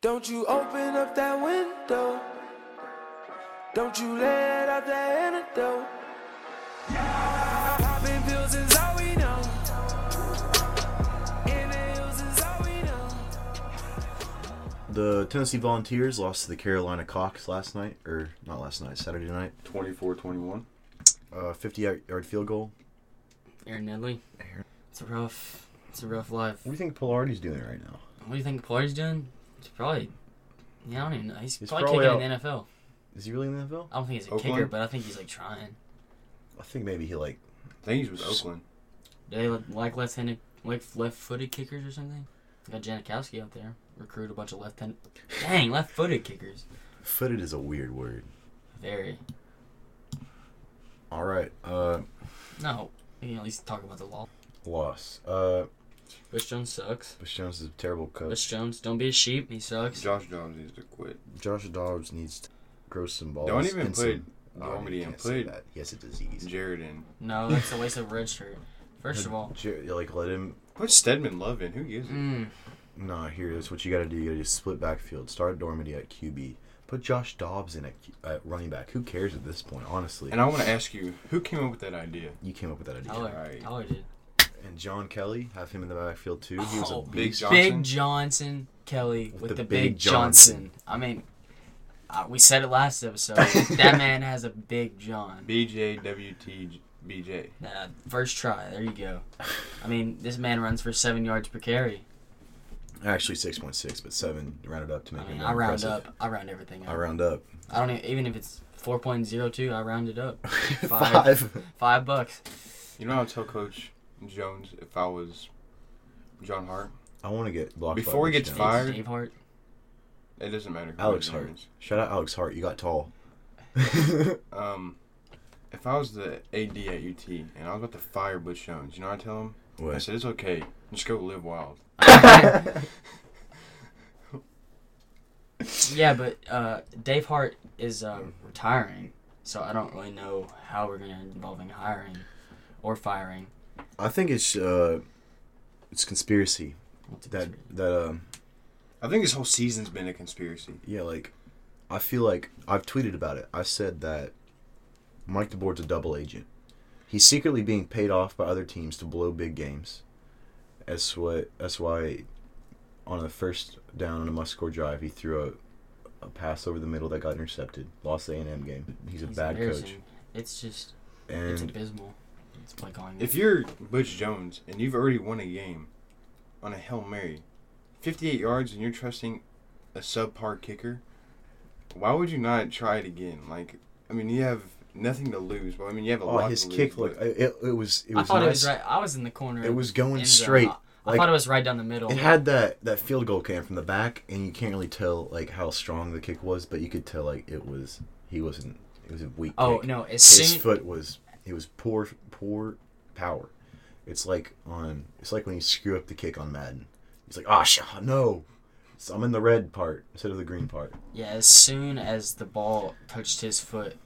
Don't you open up that window. Don't you let out that antidote. Popping pills is all we know. Inhales is all we know. The Tennessee Volunteers lost to the Carolina Cox last night, or not last night, Saturday night. 24 21. Uh, 50 yard field goal. Aaron Nedley. It's a rough. It's a rough life. What do you think Polarity's doing right now? What do you think Poirier's doing? He's probably. Yeah, I don't even know. He's, He's probably, probably kicking in the NFL. Is he really in the NFL? I don't think he's a Oakland? kicker, but I think he's like trying. I think maybe he like I think he's with Oakland. Do they li- like left-handed, like left-footed kickers or something? Got Janikowski out there. Recruit a bunch of left-handed. Dang, left-footed kickers. footed is a weird word. Very. All right, uh, No, we can at least talk about the law. loss. Uh, Bush Jones sucks. Bush Jones is a terrible coach. Bush Jones, don't be a sheep. He sucks. Josh Jobs needs to quit. Josh Dobbs needs to grow some balls. Don't even and put some- Oh, you Dominican can't say put that. He has a disease. Jared in. No, that's a waste of red shirt. First of all, Jer- like let him. Put Stedman Love in. Who gives it? mm, Nah, here is what you got to do. You got to do split backfield. Start Dormady at QB. Put Josh Dobbs in at, Q- at running back. Who cares at this point, honestly? And I want to ask you, who came up with that idea? you came up with that idea. Tyler, right. Tyler did. And John Kelly, have him in the backfield too. He was a Oh, Big beast. Johnson. Big Johnson Kelly with, the, big, Johnson. I mean, uh, we said it last episode. that man has a big John. BJWT BJ. Uh, first try. There you go. I mean, this man runs for seven yards per carry. Actually, six point six, but seven rounded up to make I it mean, more I round impressive. up. I round everything up. I round up. I don't e, even, even if it's 4.02, I round it up. Five. Five. Five bucks. You know, I'll tell Coach Jones if I was John Hart. I want to get blocked. by Before he Bush gets Jones. fired- Dave Hart. It doesn't matter. who Alex his Hart. name is. Shout out Alex Hart. You got tall. Um, if I was the AD at UT and I was about to fire Butch Jones, you know, what I tell him. I what? said it's okay. Just go live wild. Yeah, but uh, Dave Hart is uh, retiring, so I don't really know how we're gonna involving hiring or firing. I think it's uh, it's conspiracy What's it that considered? that um I think this whole season's been a conspiracy. yeah like I feel like I've tweeted about it. I said that Mike DeBoer's a double agent. He's secretly being paid off by other teams to blow big games. That's what. That's why on the first down on a must score drive, he threw a, a pass over the middle that got intercepted. Lost the A and M game. He's a It's bad coach. embarrassing. It's just it's And abysmal. It's play calling. If you're Butch Jones and you've already won a game on a Hail Mary, 58 yards, and you're trusting a subpar kicker, why would you not try it again? Like, I mean, you have nothing to lose. Well, I mean, you have a oh, lot his to kick lose. look. but It, it, it was. It I was thought nice. it was right. I was in the corner. It was going end zone. straight. I, I Like thought it was right down the middle. it had that that field goal came from the back, and you can't really tell like how strong the kick was, but you could tell like it was he wasn't. It was a weak. oh kick. no! As His soon foot was it was poor poor power. It's like on. It's like when you screw up the kick on Madden. It's like ah sh- no. So I'm in the red part instead of the green part. yeah, as soon as the ball touched his foot,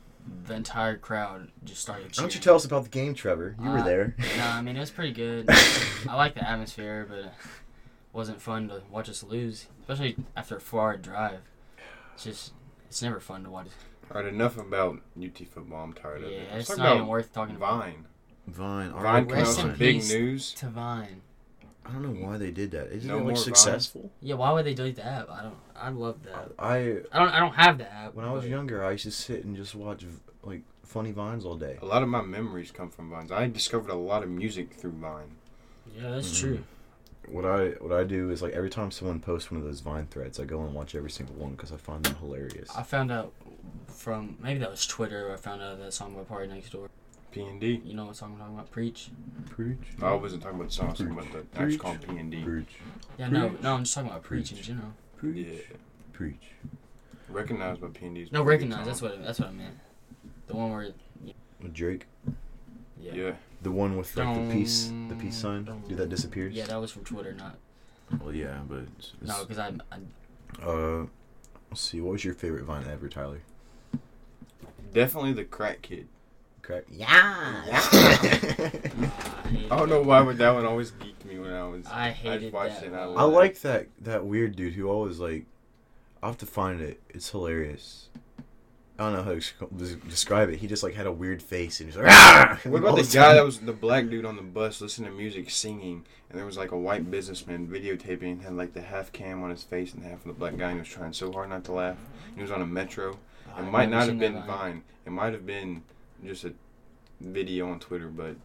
the entire crowd just started. Why don't you cheering. tell us about the game, Trevor? You were Uh, there. No, I mean it was pretty good. I like the atmosphere, but it wasn't fun to watch us lose, especially after a four-hour drive. It's just it's never fun to watch. all right, enough about UT football. I'm tired of Yeah, it. Let's it's talk not even about worth talking about. Vine. Vine. all Vine right, came out with Rest in some Vine. big peace. news. To Vine. I don't know why they did that. Isn't No it more like Vine. successful? Yeah, why would they delete the app? I don't. I love that. I I don't. I don't have the app. When I was but- younger, I used to sit and just watch like funny vines all day. A lot of my memories come from Vines. I discovered a lot of music through Vine. Yeah, that's Mhm. true. What I what I do is like every time someone posts one of those vine threads, I go and watch every single one because I find them hilarious. I found out from maybe that was Twitter. Where I found out that song by Party Next Door. P and D. You know what song I'm talking about? Preach. Preach, I wasn't talking about the song. I was talking about the. I was Preach. calling P and D. preach, Yeah, no, Preach. no, I'm just talking about Preach in Preach. general. preach, Yeah, preach. recognized by P and D. No, recognize. That's what. That's what I meant. The one where. With Drake, Yeah. Yeah. the one with like the peace, the peace sign, dude, that disappears. Yeah, that was from Twitter, not well, yeah, but it's, no, because I, I uh, let's see. What was your favorite vine ever, Tyler? Definitely the crack kid. Crack. Yeah. I hated I don't know that. why, but that one always geeked me when I was. I I hated just watched that it. And I, one. I loved it. like that that weird dude who always like I'll have to find it. It's hilarious. I don't know how to desc- describe it. He just like had a weird face and he's like. "Argh!" What about all the the guy time. that was the black dude on the bus listening to music singing, and there was like a white businessman videotaping and had like the half cam on his face and half of the black guy, and he was trying so hard not to laugh. He was on a metro. It Oh, I've might never not have seen been that line. Vine. It might have been just a video on Twitter, but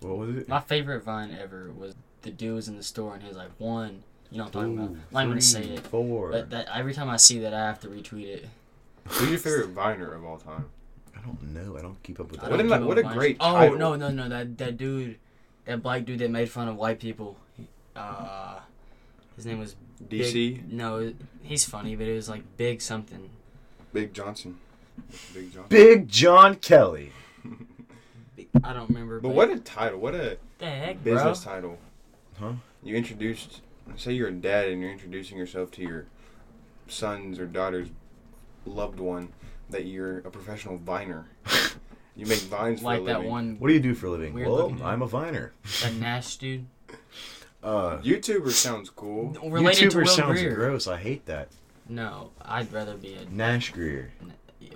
What was it? My favorite Vine ever was the dude was in the store and he was like one. You know what I'm talking about? I'm not even gonna say three, it. Four. But that every time I see that, I have to retweet it. who's your favorite Viner of all time? I don't know. I don't keep up with I that. What don't a- give what a Vine- great Oh title. no no no that that dude, that black dude that made fun of white people. Uh, his name was Big- DC, no, he's funny, but it was like big something. Big Johnson, Big Johnson. Big John Kelly. Big- I don't remember. But what a title! What a the heck, bro? business title. Huh? You introduced, say you're a dad and you're introducing yourself to your son's or daughter's loved one that you're a professional viner. you make vines for a Like that living. one, What do you do for a living? Weird well, looking dude. I'm a viner. that Nash dude. Uh, YouTuber sounds cool. Related to YouTuber Will sounds Greer. gross. I hate that. No, I'd rather be a Nash Greer.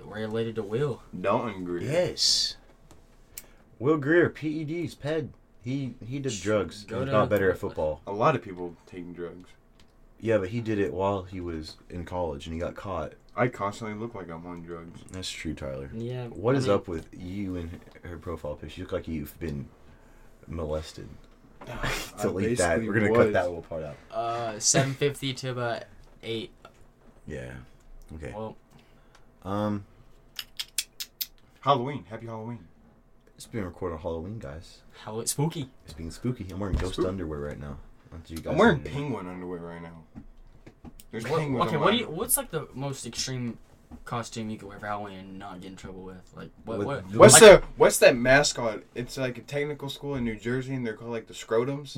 related to Will. Dalton Greer. Yes. Will Greer, PEDs, PED. He he did drugs. Go He to- got better at football. A lot of people taking drugs. Yeah, but he did it while he was in college and he got caught. I constantly look like I'm on drugs. That's true, Tyler. Yeah. What I is mean, up with you and her profile picture? You look like you've been molested. I Delete that. basically We're gonna was. cut that little part out. Uh, seven fifty to about eight. Yeah. Okay. Well, Um, Halloween. Happy Halloween. it's been recorded on Halloween, guys. how it's spooky. It's being spooky. I'm wearing ghost Spook. underwear right now. That's you guys I'm wearing need to know. penguin underwear right now. There's What, penguins okay, on my what do you? underwear. What's like the most extreme costume you could wear for Halloween and not get in trouble with? Like what? With- what What's like, the what's that mascot? It's like a technical school in New Jersey, and they're called like the Scrotums.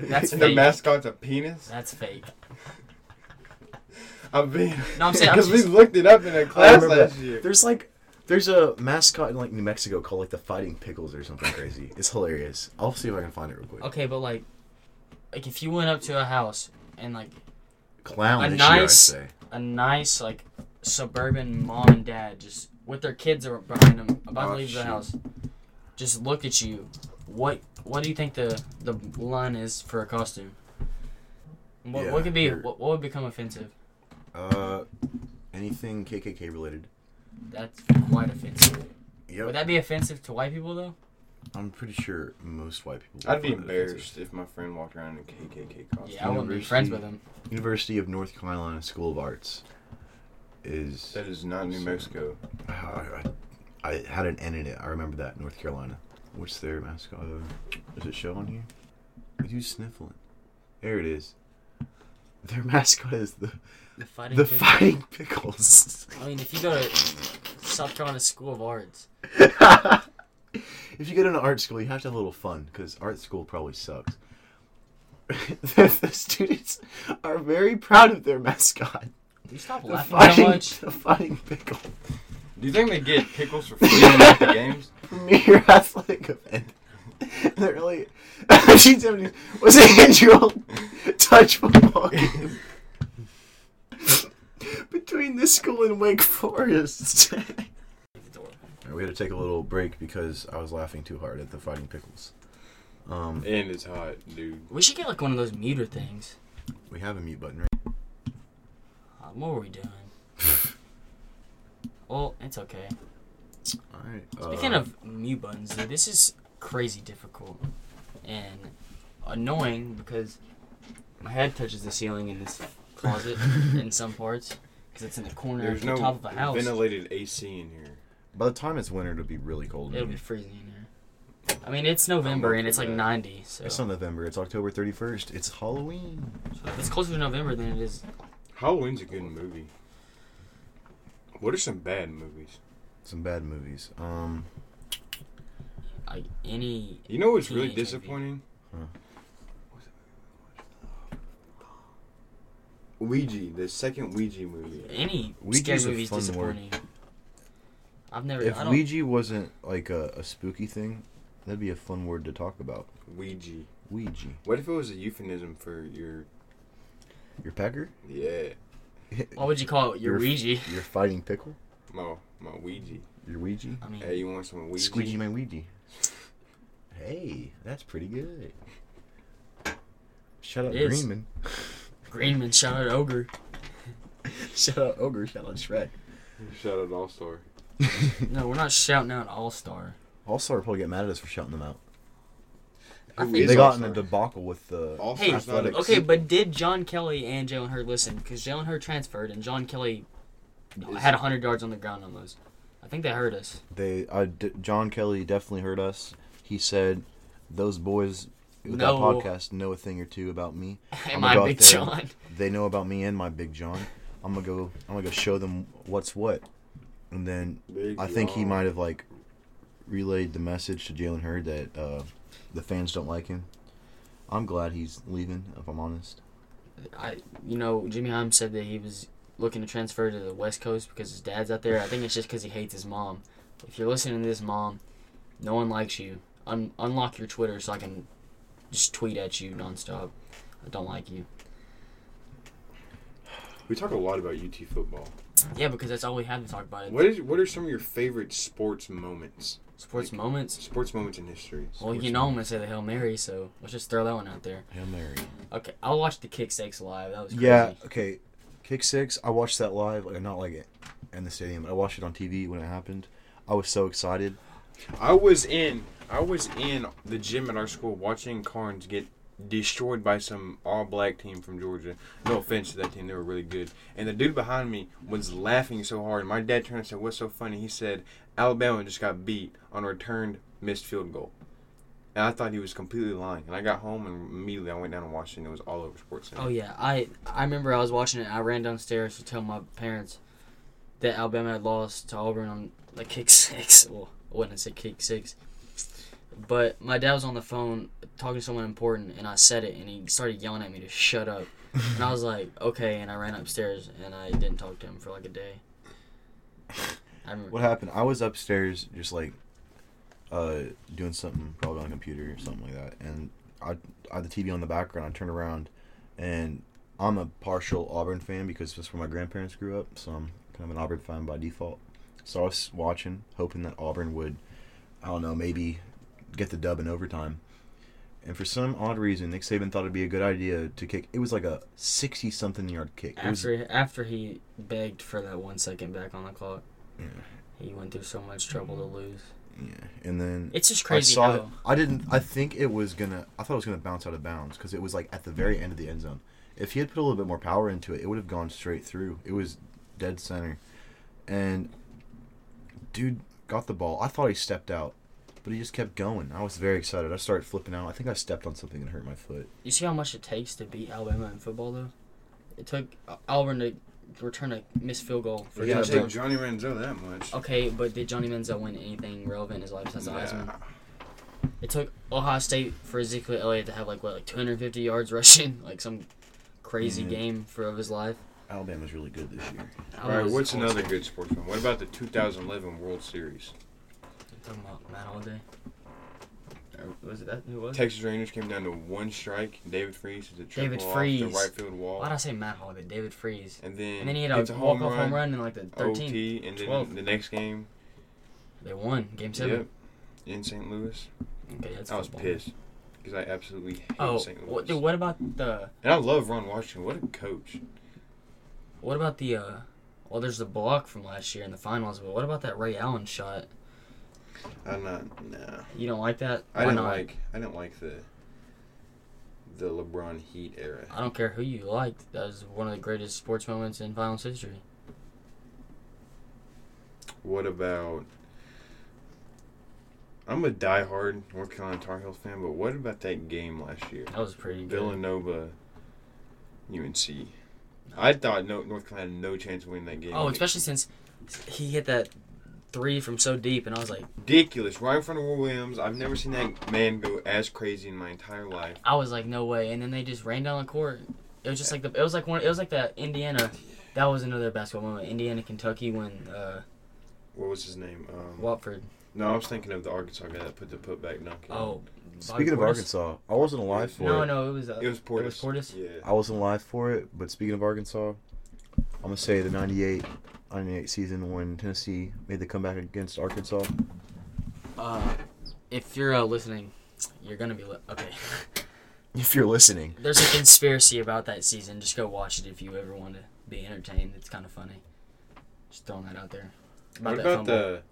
That's and the fake. mascot's a penis. That's fake. I mean, No, I'm saying- I'm because we just- looked it up in a I class remember last that. year. There's like there's a mascot in like New Mexico called like the Fighting Pickles or something crazy. It's hilarious. I'll see if I can find it real quick. Okay, but like, like if you went up to a house and like Clown A this nice- year, I'd say. a nice like suburban mom and dad just with their kids are behind them about Oh, to leave shoot. the house, just look at you. What what do you think the the line is for a costume? What, Yeah, what could be you're- what, what would become offensive? Uh, anything KKK related? That's quite offensive. Yep. Would that be offensive to white people though? I'm pretty sure most white people. would I'd be find it offensive. embarrassed if my friend walked around in a KKK costume. Yeah, I wouldn't be friends with them. University of North Carolina School of Arts is. That is not New Mexico. I, I, I had an N in it. I remember that North Carolina. What's their mascot? Uh, Does it show on here? Who's sniffling? There it is. Their mascot is the The fighting. the kids- fighting pickles. I mean, if you go to South Carolina School of Arts, if you go to an art school, you have to have a little fun because art school probably sucks. the, the students are very proud of their mascot. you stop The laughing so fighting, much. the fighting pickle. Do you think they get pickles for free at the games? premier athletic event. That really, 1970s was an annual touch football game between this school and Wake Forest. we had to take a little break because I was laughing too hard at the fighting pickles. Um, And it's hot, dude. We should get like one of those muter things. we have a mute button, right? Uh, what were we doing? well, it's okay. All right. Speaking of mute buttons, dude, this is crazy difficult and annoying because my head touches the ceiling in this closet in some parts because it's in the corner There's at no the top of the house. ventilated AC in here. by the time it's winter, it'll be really cold. in It'll be here. freezing in here. I mean, it's November and it's like 90, so It's not November. It's October thirty first. It's Halloween. it's closer to November than it is. Halloween's a good movie. What are some bad movies? Some bad movies. Um, Like any. You know what's really Teenage movie. disappointing? Huh. Ouija, the second Ouija movie. Any Ouija's a scary movie is fun word. disappointing. I've never. If I don't, Ouija wasn't like a, a spooky thing, that'd be a fun word to talk about. Ouija. Ouija. What if it was a euphemism for your Your pecker? yeah? Oh. What would you call it? Your Your- Ouija. You're fighting pickle. My, my Ouija. Your Ouija. I mean, Hey, you want some Ouija? Squeegee my Ouija. Hey, that's pretty good. Shout out It is. Greenman. Greenman shout out Ogre. Shout out Ogre. Shout out Shred. Shout out All Star. No, we're not shouting out All Star. All Star probably get mad at us for shouting them out. I Who think- is they got in a All-Star? debacle with the All-Star's Hey, It's not athletics. okay, but did John Kelly and Jalen Hurd listen? Because Jalen Hurd transferred and John Kelly had 100 yards on the ground on those. I think that hurt us. they I d- John Kelly definitely heard us. He said those boys with No. that podcast know a thing or two about me. And I'ma go my out Big there. John. They know about me and my Big John. I'm gonna go. I'm gonna go show them what's what. And then Big I think he John. might have like relayed the message to Jalen Hurd that uh, the fans don't like him. I'm glad he's leaving. If I'm honest, I, you know, Jimmy Heim said that he was looking to transfer to the West Coast because his dad's out there. I think it's just because he hates his mom. If you're listening to this, mom, no one likes you. Un- unlock your Twitter so I can just tweet at you nonstop. I don't like you. We talk a lot about UT football. Yeah, because that's all we have to talk about. What is? What are some of your favorite sports moments? Sports moments. Sports moments in history. Well, you sports know I'm gonna say the Hail Mary, so let's just throw that one out there. Hail Mary. Okay, I'll watch the kick stakes live. That was crazy. Yeah. Okay. Kick six. I watched that live. Like not like it in the stadium. I watched it on TV when it happened. I was so excited. I was in. I was in the gym at our school watching Carnes get destroyed by some all-black team from Georgia. No offense to that team, they were really good. And the dude behind me was laughing so hard. My dad turned and said, "What's so funny?" He said, "Alabama just got beat on a returned missed field goal." And I thought he was completely lying. And I got home and immediately I went down and watched it. and It was all over Sports Center. Oh yeah, I I remember I was watching it. and I ran downstairs to tell my parents that Alabama had lost to Auburn on the kick six. Well, I wouldn't say kick six, but my dad was on the phone talking to someone important, and I said it, and he started yelling at me to shut up. and I was like, okay, and I ran upstairs, and I didn't talk to him for like a day. I remember. What happened? I was upstairs, just like uh, doing something, probably on a computer or something like that. And I, I had the TV on the background. I turned around, and I'm a partial Auburn fan because that's where my grandparents grew up. So I'm kind of an Auburn fan by default. So I was watching, hoping that Auburn would, I don't know, maybe get the dub in overtime. And for some odd reason, Nick Saban thought it'd be a good idea to kick. It was like a sixty-something yard kick. It was, After after he begged for that one second back on the clock, he went through so much trouble to lose. yeah. And then It's just crazy Mm. I saw how. it. I didn't. I think it was gonna. I thought it was gonna bounce out of bounds because it was like at the very end of the end zone. If he had put a little bit more power into it, it would have gone straight through. It was dead center, and dude got the ball. I thought he stepped out, but he just kept going. I was very excited. I started flipping out. I think I stepped on something and hurt my foot. You see how much it takes to beat Alabama in football, though. It took uh, Auburn to return a missed field goal for We're gonna touchdown. take Johnny Manziel that much. Oh, Okay, but did Johnny Manziel win anything relevant in his life since the Heisman? It took Ohio State for Ezekiel Elliott to have like what, like 250 yards rushing, like some crazy Yeah. game for of his life. Alabama's really good this year. All right, what's another good sports moment? What about the 2011 World Series? Talking about Matt Holiday. Was it that who was? Texas Rangers came down to one strike. David Freeze is a triple David off the Freeze. right field wall, Why did I say Matt Holiday? David Freeze. and then And then he had a hits walk-off home run, in like the 13th. OT, and then 12th. the next game, They won game yep, seven. in St. Louis. Okay, that's I was football. pissed because I absolutely hate Oh, St. Louis. what, dude, what about the and I love Ron Washington. What a coach! What about the uh well there's the block from last year in the finals, but what about that Ray Allen shot? I'm not. Nah, You don't like that? I didn't not? like. I didn't like the the LeBron Heat era. I don't care who you liked. That was one of the greatest sports moments in finals history. What about? I'm a diehard North Carolina Tar Heels fan, but what about that game last year? That was pretty good. Villanova, UNC. I thought no North Carolina had no chance of winning that game. Oh, especially since he hit that three from so deep and I was like ridiculous, right in front of Will Williams. I've never seen that man go as crazy in my entire life. I was like, no way and then they just ran down the court. It was just like the it was like one it was like that Indiana that was another basketball moment. Indiana Kentucky when uh What was his name? Um, Watford. no, I was thinking of the Arkansas guy that put the putback dunk. in. Oh Bobby Speaking of Portis? Arkansas, I wasn't alive for No, it. no, it was uh, it was Portis. It was Portis. Yeah. I wasn't alive for it. But speaking of Arkansas, I'm gonna say the 98, 98 season when Tennessee made the comeback against Arkansas. Uh, if you're uh, listening, you're gonna be li- okay. If you're listening, There's a conspiracy about that season. Just go watch it if you ever want to be entertained. It's kind of funny. Just throwing that out there. What that about fumble. the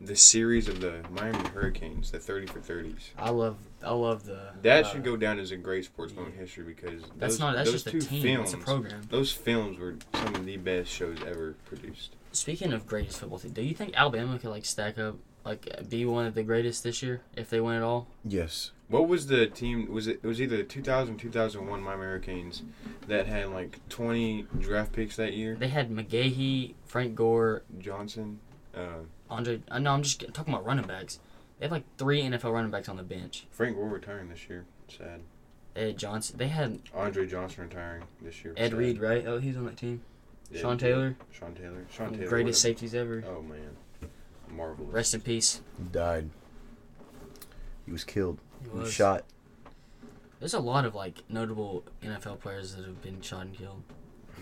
the series of the Miami Hurricanes, the thirty for thirties? I love I love the That uh, should go down as a great sports moment in history because That's those, not that's those just a two team. films, It's a program. those films were some of the best shows ever produced. Speaking of greatest football team, do you think Alabama could like stack up like be one of the greatest this year if they win it all? yes, What was the team? Was it? It was either the 2000, 2001 Miami Hurricanes that had like twenty draft picks that year. They had McGahee, Frank Gore, Johnson, uh, Andre. Uh, no, I'm just g- talking about running backs. They had like three NFL running backs on the bench. Frank Gore retiring this year. Sad. They had Johnson. They had Andre Johnson retiring this year. Ed Sad. Reed, right? Oh, he's on that team. Yeah, Sean Taylor, Sean Taylor. Sean Taylor. greatest what safeties ever. a- Oh man, marvelous. Rest in peace. he died. He was killed. He He was was. shot. There's a lot of like notable NFL players that have been shot and killed.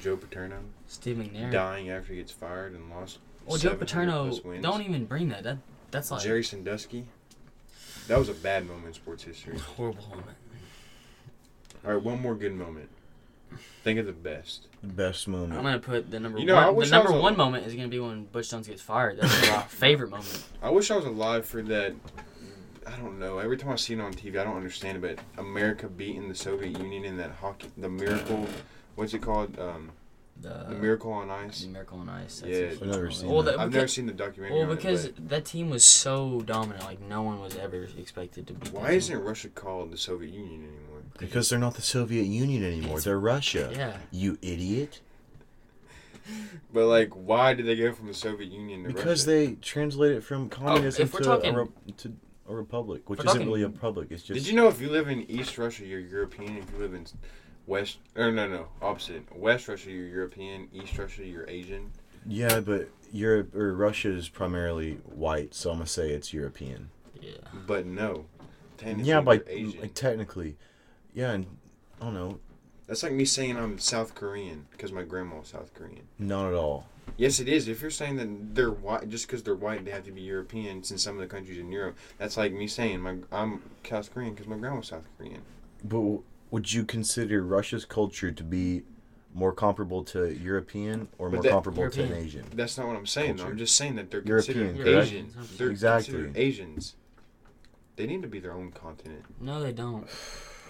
Joe Paterno Steve McNair. dying after he gets fired and lost. Mm. well, Joe 700 Paterno. plus wins. Don't even bring that. That that's like Jerry Sandusky. That was a bad moment in sports history. horrible moment. All right, one more good moment. Think of the best. Best moment. I'm gonna put the number You know, I one. wish The I number was a- one moment is gonna be when Butch Jones gets fired. That's my favorite moment. I wish I was alive for that. I don't know. Every time I see it on TV, I don't understand it. But America beating the Soviet Union in that hockey, the miracle. What's it called? Um, The, the Miracle on Ice. the Miracle on Ice. Yeah. That's I've never seen well, that. the- I've because, never seen the documentary. Well, on it, because but that team was so dominant, like no one was ever expected to beat. that why team. isn't Russia called the Soviet Union anymore? Because they're not the Soviet Union anymore. It's- They're Russia. Yeah. You idiot. But like, why did they go from the Soviet Union to Because Russia? they translate it from communism if we're to, talking- a re- to a republic, which we're isn't talking- really a republic. It's just Did you know if you live in East Russia, you're European. If you live in West, or no, no, opposite West Russia, you're European. East Russia, you're Asian. Yeah, but Europe or Russia is primarily white, so I'm gonna say it's European. Yeah. But no, technically yeah, like, you're Asian. like technically, yeah, and I don't know, That's like me saying I'm South Korean because my grandma was South Korean. not at all. Yes, it is. If you're saying that they're white, just because they're white, they have to be European. Since some of the countries in Europe, that's like me saying my I'm South Korean because my grandma was South Korean. But w- would you consider Russia's culture to be more comparable to European or But more that- comparable to an European. Asian? That's not what I'm saying. though. I'm Culture. just saying that they're European, considered correct? Asian. European. They're Exactly. considered Asians. They need to be their own continent. No, they don't.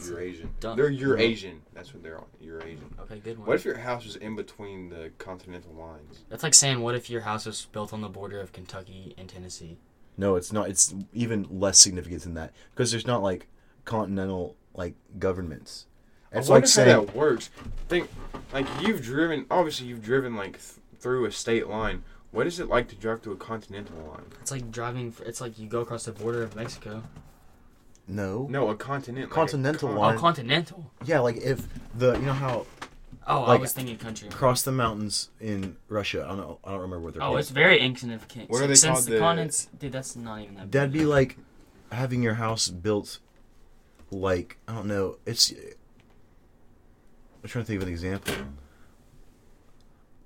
Eurasian. Dumb. They're Eurasian. That's what they're on. Eurasian. Okay, good one. What if your house is in between the continental lines? That's like saying, what if your house was built on the border of Kentucky and Tennessee? No, it's not. It's even less significant than that because there's not like continental like governments. It's I wonder like how saying that works. Think like you've driven. Obviously, you've driven like th- through a state line. What is it like to drive through a continental line? It's like driving. For, it's like you go across the border of Mexico. no. No, a continent. like a Continental con- line. Oh, continental. Yeah, like if the you know how Oh, I Like- was thinking country. cross the mountains in Russia. I don't know. I don't remember what they're Oh, called. it's very insignificant. What are they Since called? the The- continents, dude, that's not even that. That'd big. be like having your house built like I don't know. It's I'm trying to think of an example.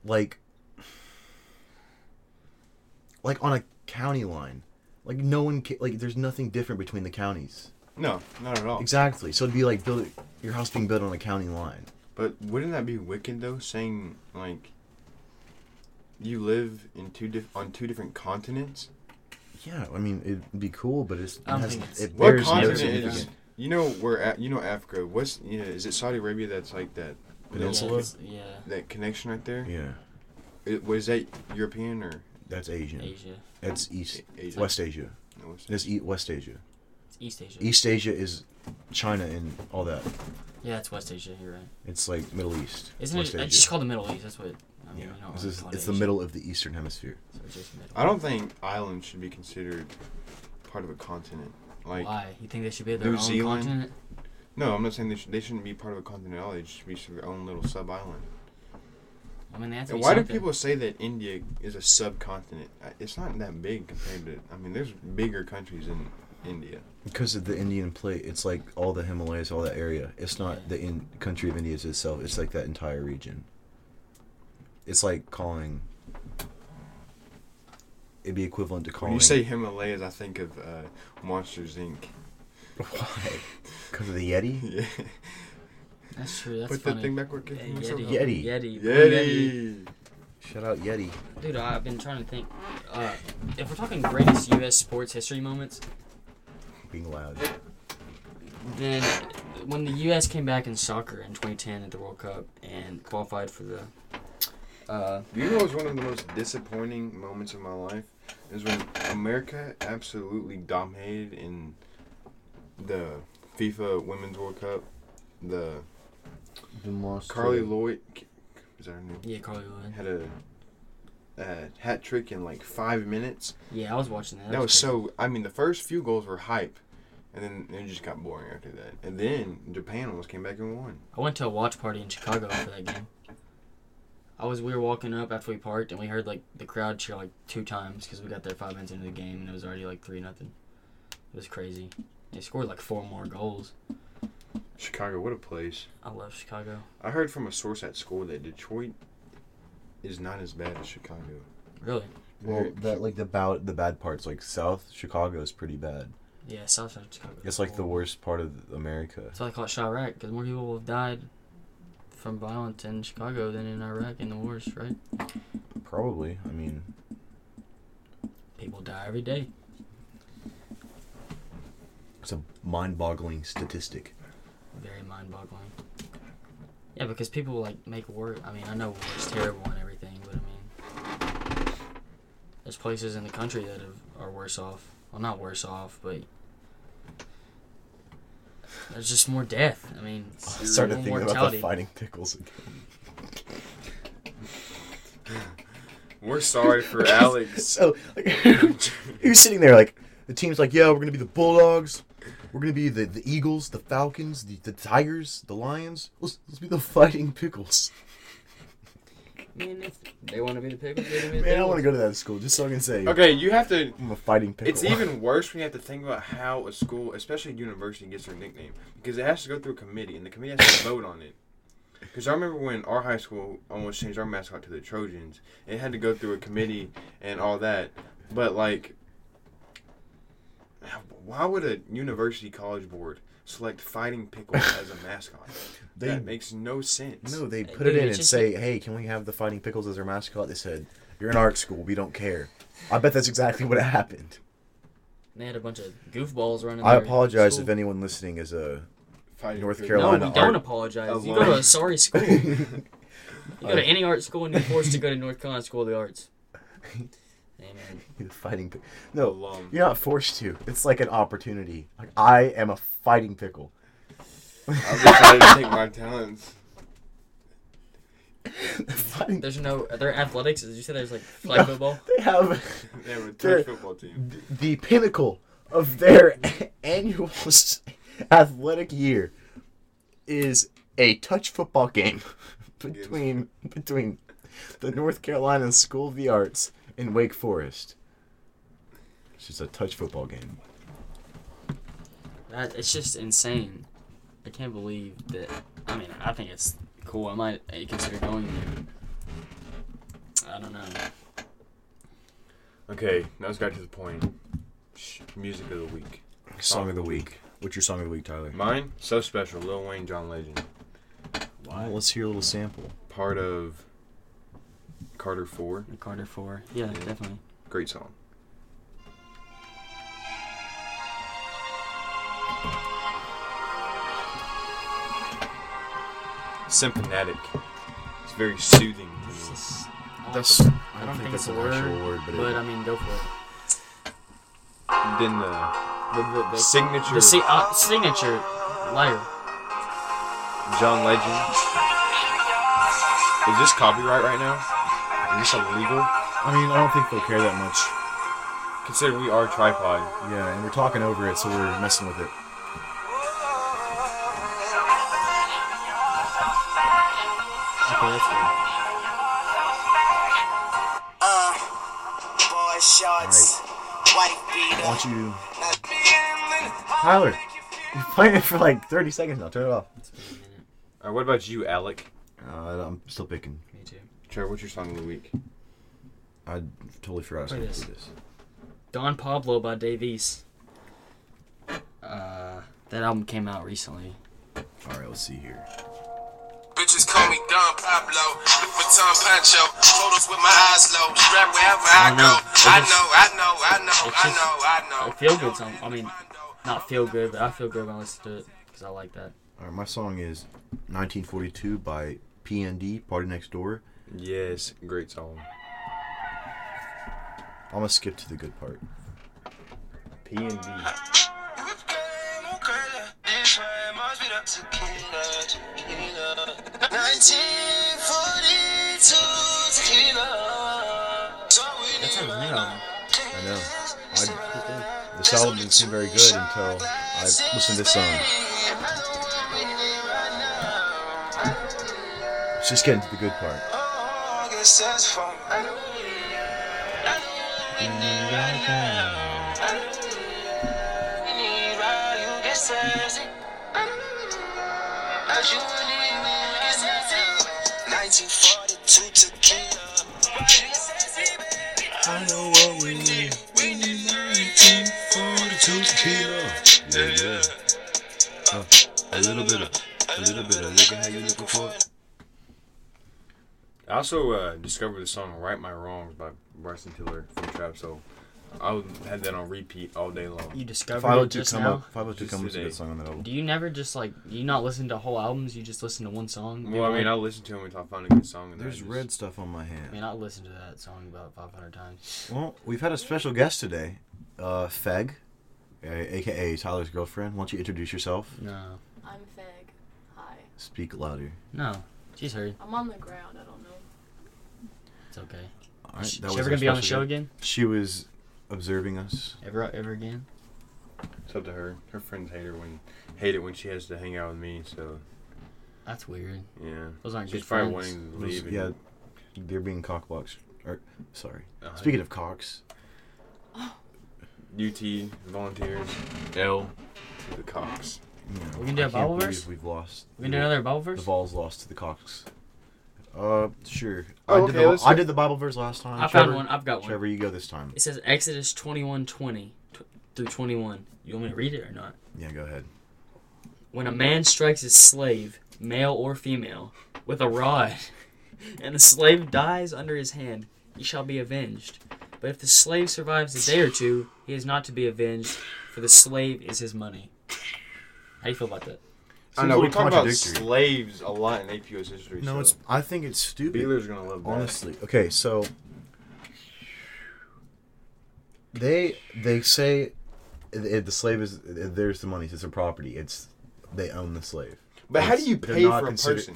Like like on a county line. Like no one ca- like there's nothing different between the counties. No, not at all. Exactly. So it'd be like build your house being built on a county line. But wouldn't that be wicked though? Saying like you live in two dif- on two different continents. Yeah, I mean it'd be cool, but it's, it I don't has, think it's- it What bears no continent is? significance. You know where? At, you know Africa. What's? You know, is it Saudi Arabia? That's like that. Peninsula? Yeah, 'cause- yeah, That connection right there. Yeah, It- was that European or that's Asian. Asia. That's East Asia? West Asia. No, it's- That's E- West Asia. It's East Asia. East Asia is China and all that. Yeah, it's West Asia. You're right. It's like Middle East. Isn't West it? Asia. It's just called the Middle East. That's what. I mean, yeah. you don't This really is- call it it's the Asia, middle of the Eastern Hemisphere. so it's just middle. I don't think islands should be considered part of a continent. Like, Why? You think they should be their New own Zealand? continent? no, I'm not saying they, should, they shouldn't be part of a continent. at all. They should be their own little sub island. I mean, they have to And be why do something. people say that India is a subcontinent? I- It's not that big compared to. I mean, there's bigger countries in India. Because of the Indian plate, it's like all the Himalayas, all that area. It's not Yeah. the in- country of India itself. It's like that entire region. It's like calling. It'd be equivalent to When calling. you say Himalayas, I think of uh, Monsters Inc. why? Because of the Yeti. Yeah. That's true. That's Put funny. that thing backward. Yeah, Yeti. Yeti. Yeti. Yeti. Blue Yeti. Yeti. Shout out Yeti. Dude, I've been trying to think. Uh, if we're talking greatest U.S. sports history moments, Being loud. then when the U.S. came back in soccer in 2010 at the World Cup and qualified for the. Uh, You know, what's one of the most disappointing moments of my life is when America absolutely dominated in the FIFA Women's World Cup. The Carly Lloyd, is that her name? yeah, Carly Lloyd. Had a, a hat trick in like five minutes. Yeah, I was watching that. That was crazy. so. I mean, the first few goals were hype, and then it just got boring after that. And then Japan almost came back and won. I went to a watch party in Chicago for that game. I was we were walking up after we parked and we heard like the crowd cheer like two times because we got there five minutes into the game and it was already like three nothing. It was crazy. They scored like four more goals. Chicago, what a place! I love Chicago. I heard from a source at school that Detroit is not as bad as Chicago. Really? Well, that like the bad the bad parts like South Chicago is pretty bad. Yeah, South Side of Chicago. It's like the worst part of America. That's why I call it Chirac because more people have died from violence in Chicago than in Iraq in the wars, right? Probably. I mean, People die every day. it's a mind-boggling statistic. very mind-boggling. Yeah, because people like make war. I mean, I know war's terrible and everything, but I mean, there's places in the country that have, are worse off. Well, not worse off, but there's just more death. I mean, I started more thinking about the fighting pickles again. We're sorry for Alex. So like, he was sitting there like the team's like, yeah, we're gonna be the Bulldogs, we're gonna be the, the Eagles, the Falcons, the, the Tigers, the Lions. Let's, let's be the Fighting Pickles. Man, if they want to be the pickles. They wanna be the Man, I want to pickles. go to that school just so I can say Okay, you have to. I'm a fighting pickle. It's even worse when you have to think about how a school, especially a university, gets their nickname because it has to go through a committee, and the committee has to vote on it. Because I remember when our high school almost changed our mascot to the Trojans, it had to go through a committee and all that. But like, why would a university college board select Fighting Pickles as a mascot? They- that makes no sense. No, they Uh, put it dude, in and it's just say, "Hey, can we have the Fighting Pickles as our mascot?" They said, "You're an art school. We don't care." I bet that's exactly what happened. They had a bunch of goofballs running. I their apologize school. if anyone listening is a. Fighting North Pickles. No, we Carolina don't art- apologize. You alone. go to a sorry school. you go to any art school and you're forced to go to North Carolina School of the Arts. Amen. fighting. Pick- no, Alum. you're not forced to. It's like an opportunity. Like I am a fighting pickle. I'm just trying to take my talents. fighting. There's no other athletics. Did you say there's like flag football? They have They have a They're- touch football team. th- the pinnacle of their annual s- athletic year is a touch football game between between the North Carolina School of the Arts and Wake Forest. It's just a touch football game. That it's just insane. I can't believe that. I mean, I think it's cool. I might uh, consider going there. I don't know. Okay, now let's get to the point. Shh, Music of the week. Song of the week. What's your song of the week, Tyler? Mine, so special. Lil Wayne, John Legend, Well, let's hear a little sample. part of Carter Four. The Carter Four. Yeah, definitely. Great song. Symphonetic. It's very soothing. to me. That's- Awesome. I don't think that's an actual word, but it- but I mean, go for it. Then the The, the, the, signature the si- uh, signature liar. of John Legend. Is this copyright right now? Is this illegal? I mean, I don't think they'll care that much. Consider we are tripod. Yeah, and we're talking over it, so we're messing with it. Okay, that's good. Uh, boy shorts, white beat I up. want you, Tyler. Tyler. You're playing it for like 30 seconds now. Turn it off. Uh, It's been a minute. Alright, what about you, Alec? Uh, I'm still picking. Me too. Trevor, what's your song of the week? I totally forgot I was Play going to this. do this. Don Pablo by Davies. Uh, that album came out recently. All right, let's see here. Bitches call me Don Pablo, Vuitton Pancho, photos with my eyes low, rap wherever I, I don't go. know. It I just- know, I know, I know, it I just- know, I know. I feel good song. I mean, Not feel good, but I feel good when I listen to it because I like that. All right, my song is 1942 by PND, Party Next Door. Yes, great song. I'm going to skip to the good part. P and D. That's how new album. I know. I, this album didn't seem very good until I listened to this song. It's just getting to the good part. I know what we need. We need 1942 tequila. Yeah, yeah. A little bit of, a little bit of look at how you looking for it. I also uh, discovered the song "Right My Wrongs" by Bryson Tiller from Trap Soul. I would had that on repeat all day long. You discovered it 502 just come now. up. 502 Just come up is a today. good song on that album. Do you never just like you not listen to whole albums? You just listen to one song. Well, I mean, I listened to him until I found a good song. And then I There's just- red stuff on my I mean, hand. I listened to that song about 500 times. Well, we've had a special guest today, uh, Feg, a- aka Tyler's girlfriend. Why don't you introduce yourself? No, I'm Feg. Hi. Speak louder. no, she's heard. I'm on the ground. I don't know. It's okay. All Is she that is was she ever our gonna be on the special show guest. again? She was observing us. Ever, ever again? It's up to her. Her friends hate her when hate it when she has to hang out with me. So That's weird. yeah, Those aren't she's good probably friends. wanting to leave. yeah, they're being cockblocks. Or sorry. Uh, Speaking of cocks, UT volunteers, L to the Cox. you know, We can do I a can't Bible believe verse? We've lost. We can do another Bible The verse. Vols lost to the Cox. Uh, sure. Oh, I, did okay, the, let's I do- did the Bible verse last time. I Trevor, found one. I've got one. Trevor, you go this time. It says Exodus 21 20 tw- through 21. You want me to read it or not? Yeah, go ahead. When a man strikes his slave, male or female, with a rod, and the slave dies under his hand, he shall be avenged. But if the slave survives a day or two, he is not to be avenged, for the slave is his money. How do you feel about that? I Seems know a we little talk about contradictory. slaves a lot in APO's history. No, so. it's. I think it's stupid. Beeler's gonna love that. honestly. Okay, so they they say if the slave is if there's the money. It's a property. It's they own the slave. But how do It's- you they're pay not for a considered- person?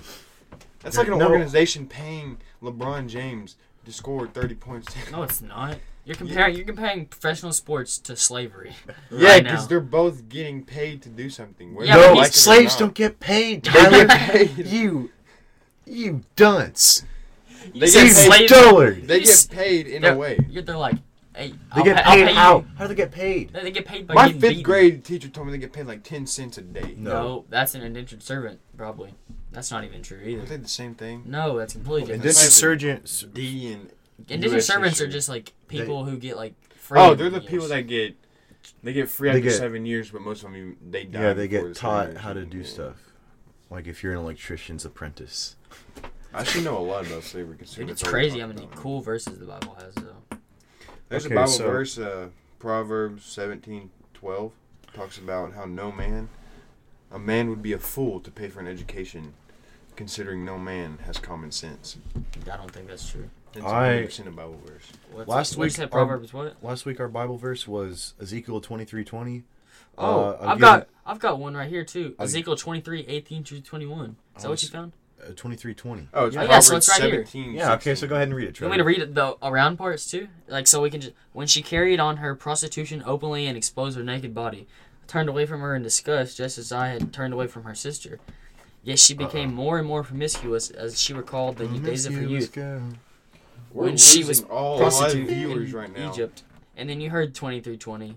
That's They're- like an no. organization paying LeBron James to score 30 points. No, it's not. You're comparing you're comparing professional sports to slavery. yeah, right because now. they're both getting paid to do something. whether Yeah, they but no, he's- like it or slaves not. don't get paid, Tyler. paid. you, you dunce. You They said get You paid- slaves- dullard. They, They get Yes. paid in they're, a way. You're, they're like, hey, get I'll paid pay you- how? How do they get paid? They get paid by My getting fifth beaten. grade teacher told me they get paid like 10 cents a day. No. that's an indentured servant, probably. That's not even true Aren't either. they the same thing? No, that's completely different. That's Indentured not surgeons. D and Indentured US servants history. are just like people who get like free. Oh, they're the years. people that get they get free They after get- seven years, but most of them even- they die. Yeah, they before get the taught seven how to years. do Yeah. stuff. Like if you're an electrician's apprentice. I should know a lot about slavery. considering Dude, it's that's all we crazy talk how many about. cool verses the Bible has, though. There's Okay, a Bible so- verse, uh, Proverbs seventeen twelve, talks about how no man, a man would be a fool to pay for an education, considering no man has common sense. I don't think that's true. It's I- 100% a Bible verse. What's Last what you week, said our- Proverbs what? Last week our Bible verse was Ezekiel twenty three twenty. Oh, uh, I've again- got I've got one right here too. I've- Ezekiel 23, 18 through 21. Is that what you was- found? Uh, twenty three twenty. Oh, it's Yeah. Yeah, Proverbs so it's right here. 17. Yeah. Okay. So go ahead and read it. You Trevor. want me to read the around parts too? Like, so we can just. When she carried on her prostitution openly and exposed her naked body, I turned away from her in disgust, just as I had turned away from her sister. Yet she became more and more promiscuous as she recallalled the days of her Promiscuous youth. girl. We're when she losing was all live prostitute viewers in right now. Egypt. And then you heard 2320.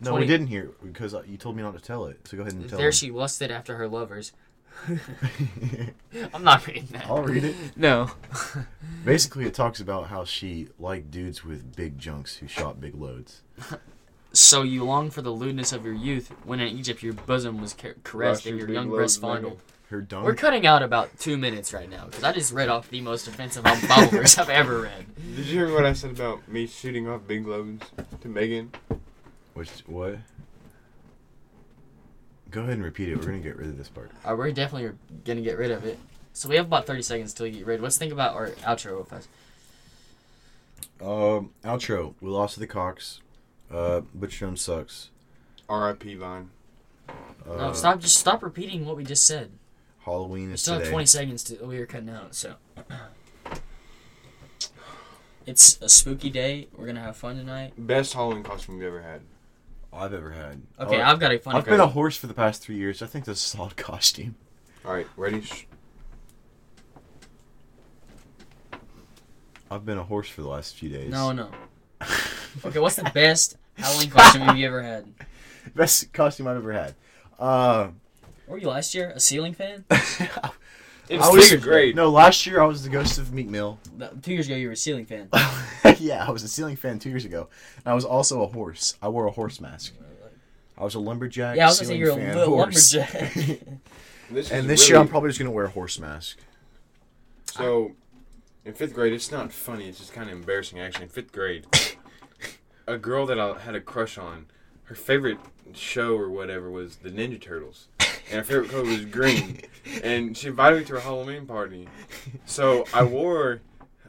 No, we 20. didn't hear it because uh, you told me not to tell it. So go ahead and tell. There him. she lusted after her lovers, I'm not reading that. I'll read it. No. Basically, it talks about how she liked dudes with big junks who shot big loads. So you long for the lewdness of your youth, when in Egypt your bosom was ca- caressed Rush your and your big young loads, breast nigga. fondled. Her dong. We're cutting out about two minutes right now because I just read off the most offensive Bible verse I've ever read. Did you hear what I said about me shooting off big loads to Megan? Which what? Go ahead and repeat it. We're gonna get rid of this part. Uh, we're definitely gonna get rid of it. So we have about 30 seconds till you get rid. Let's think about our outro real fast. Um, outro. We lost to the Cox. Uh, Butch Jones sucks. R.I.P. Vine. Uh, no, stop. Just stop repeating what we just said. Halloween We is still today. have 20 seconds to. We are cutting out. So it's a spooky day. We're gonna have fun tonight. Best Halloween costume you've ever had. I've ever had. Okay, I've, I've got a funny. Oh, I've been a horse for the past three years. I think this is a solid costume. All right, ready? Sh- I've been a horse for the last few days. No, no. Okay, what's the best Halloween costume you've ever had? Best costume I've ever had. Uh, Were you last year a ceiling fan? it's I was figure grade. No, last year I was the ghost of Meat Mill. About Two years ago, you were a ceiling fan. yeah, I was a ceiling fan two years ago, and I was also a horse. I wore a horse mask. I was a lumberjack. Yeah, I was gonna say ceiling you're a fan, little horse. lumberjack. This and is this year really- I'm probably just gonna wear a horse mask. So, in fifth grade, it's not funny. It's just kind of embarrassing, actually. In fifth grade, a girl that I had a crush on, her favorite show or whatever was the Ninja Turtles, and her favorite color was green. And she invited me to her Halloween party, so I wore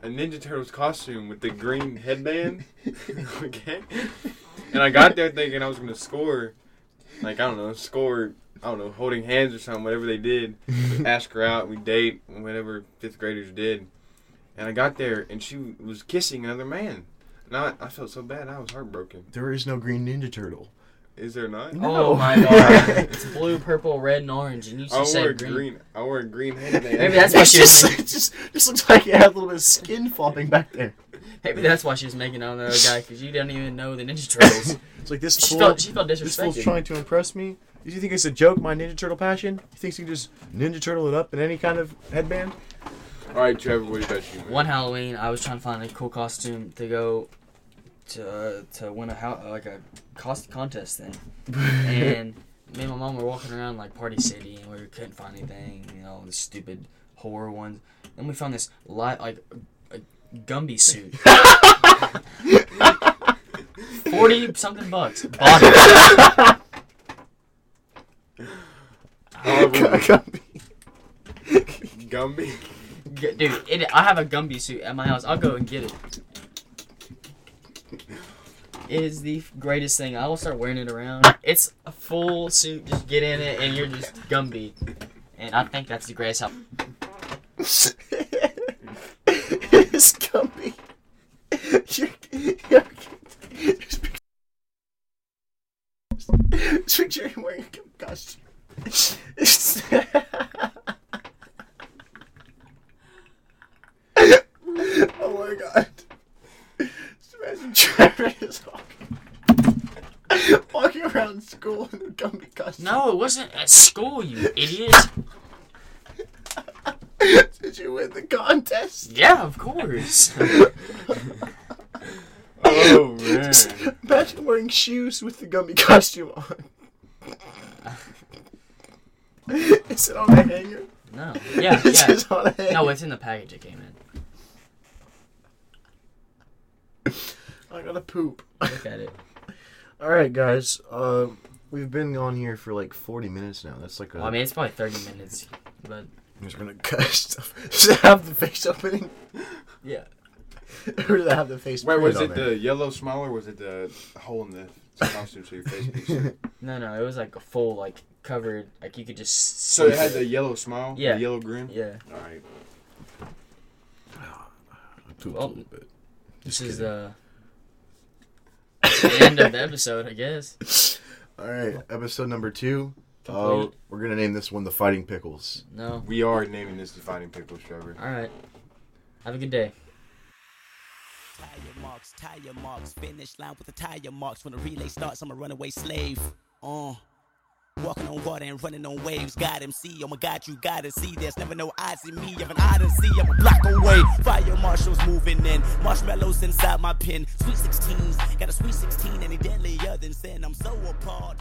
a Ninja Turtles costume with the green headband. okay, and I got there thinking I was gonna score, like I don't know, score. I don't know, holding hands or something, whatever they did ask her out. We date, whatever fifth graders did. And I got there, and she was kissing another man. And I, I felt so bad. I was heartbroken. There is no green Ninja Turtle. Is there not? Oh my god! It's blue, purple, red, and orange, and you I just wore a said green. green. I wore a green headband. Maybe that's why It she was. just, it just, just looks like it had a little bit of skin flopping back there. Maybe that's why she was making on the other guy because you didn't even know the Ninja Turtles. It's like this she fool. felt she felt this fool's disrespected. trying to impress me. Do you think it's a joke? My Ninja Turtle passion? You think you can just Ninja Turtle it up in any kind of headband? All right, Trevor, what about you? Man? One Halloween, I was trying to find a cool costume to go to uh, to win a how like a cost contest thing. and me and my mom were walking around like Party City, and we couldn't find anything. You know, the stupid horror ones. Then we found this light like a Gumby suit. Forty something bucks. Bought However, Gumby. it. G- dude. It, I have a Gumby suit at my house. I'll go and get it. It is the greatest thing. I will start wearing it around. It's a full suit. Just get in it, and you're just Gumby. And I think that's the greatest. How- it's gummy. You're, you're, just pic- just picture him wearing a Gumby costume. It's- oh my god. Just imagine Trevor is walking, walking around school in a Gumby costume. no, it wasn't at school, you idiot. Did you win the contest? Yeah, of course. Oh man. Imagine wearing shoes with the gummy costume on. Is it on a hanger? No. Yeah, It's yeah. just on a hanger. No, it's in the package it came in. I gotta poop. Look at it. Alright, guys. Uh, we've been on here for like 40 minutes now. That's like a. Well, I mean, it's probably 30 minutes, but I'm just gonna cut stuff. Does it have the face opening? yeah. or does it have the face Wait, was print it on there? the yellow smile or was it the hole in the costume to your face? piece? No, no, it was like a full, like covered, like you could just. so it had the yellow smile. Yeah. The yellow grin. Yeah. All right. I pooped Oh. a little bit. This Just is kidding. uh, the end of the episode, I guess. Alright, episode number two. Uh, Complete. we're gonna name this one The Fighting Pickles. No. We are naming this defining pickles, Trevor. All right. Have a good day. Tire marks, tire marks, finish line with the tire marks. When the relay starts, I'm a runaway slave. Uh, Walking on water and running on waves. God MC, oh my God, you gotta see. There's never no odds in me. Of an odyssey, I'm a block away. Fire marshals moving in. Marshmallows inside my pen. Sweet 16s, got a sweet 16 any deadlier than sin. I'm so appalled.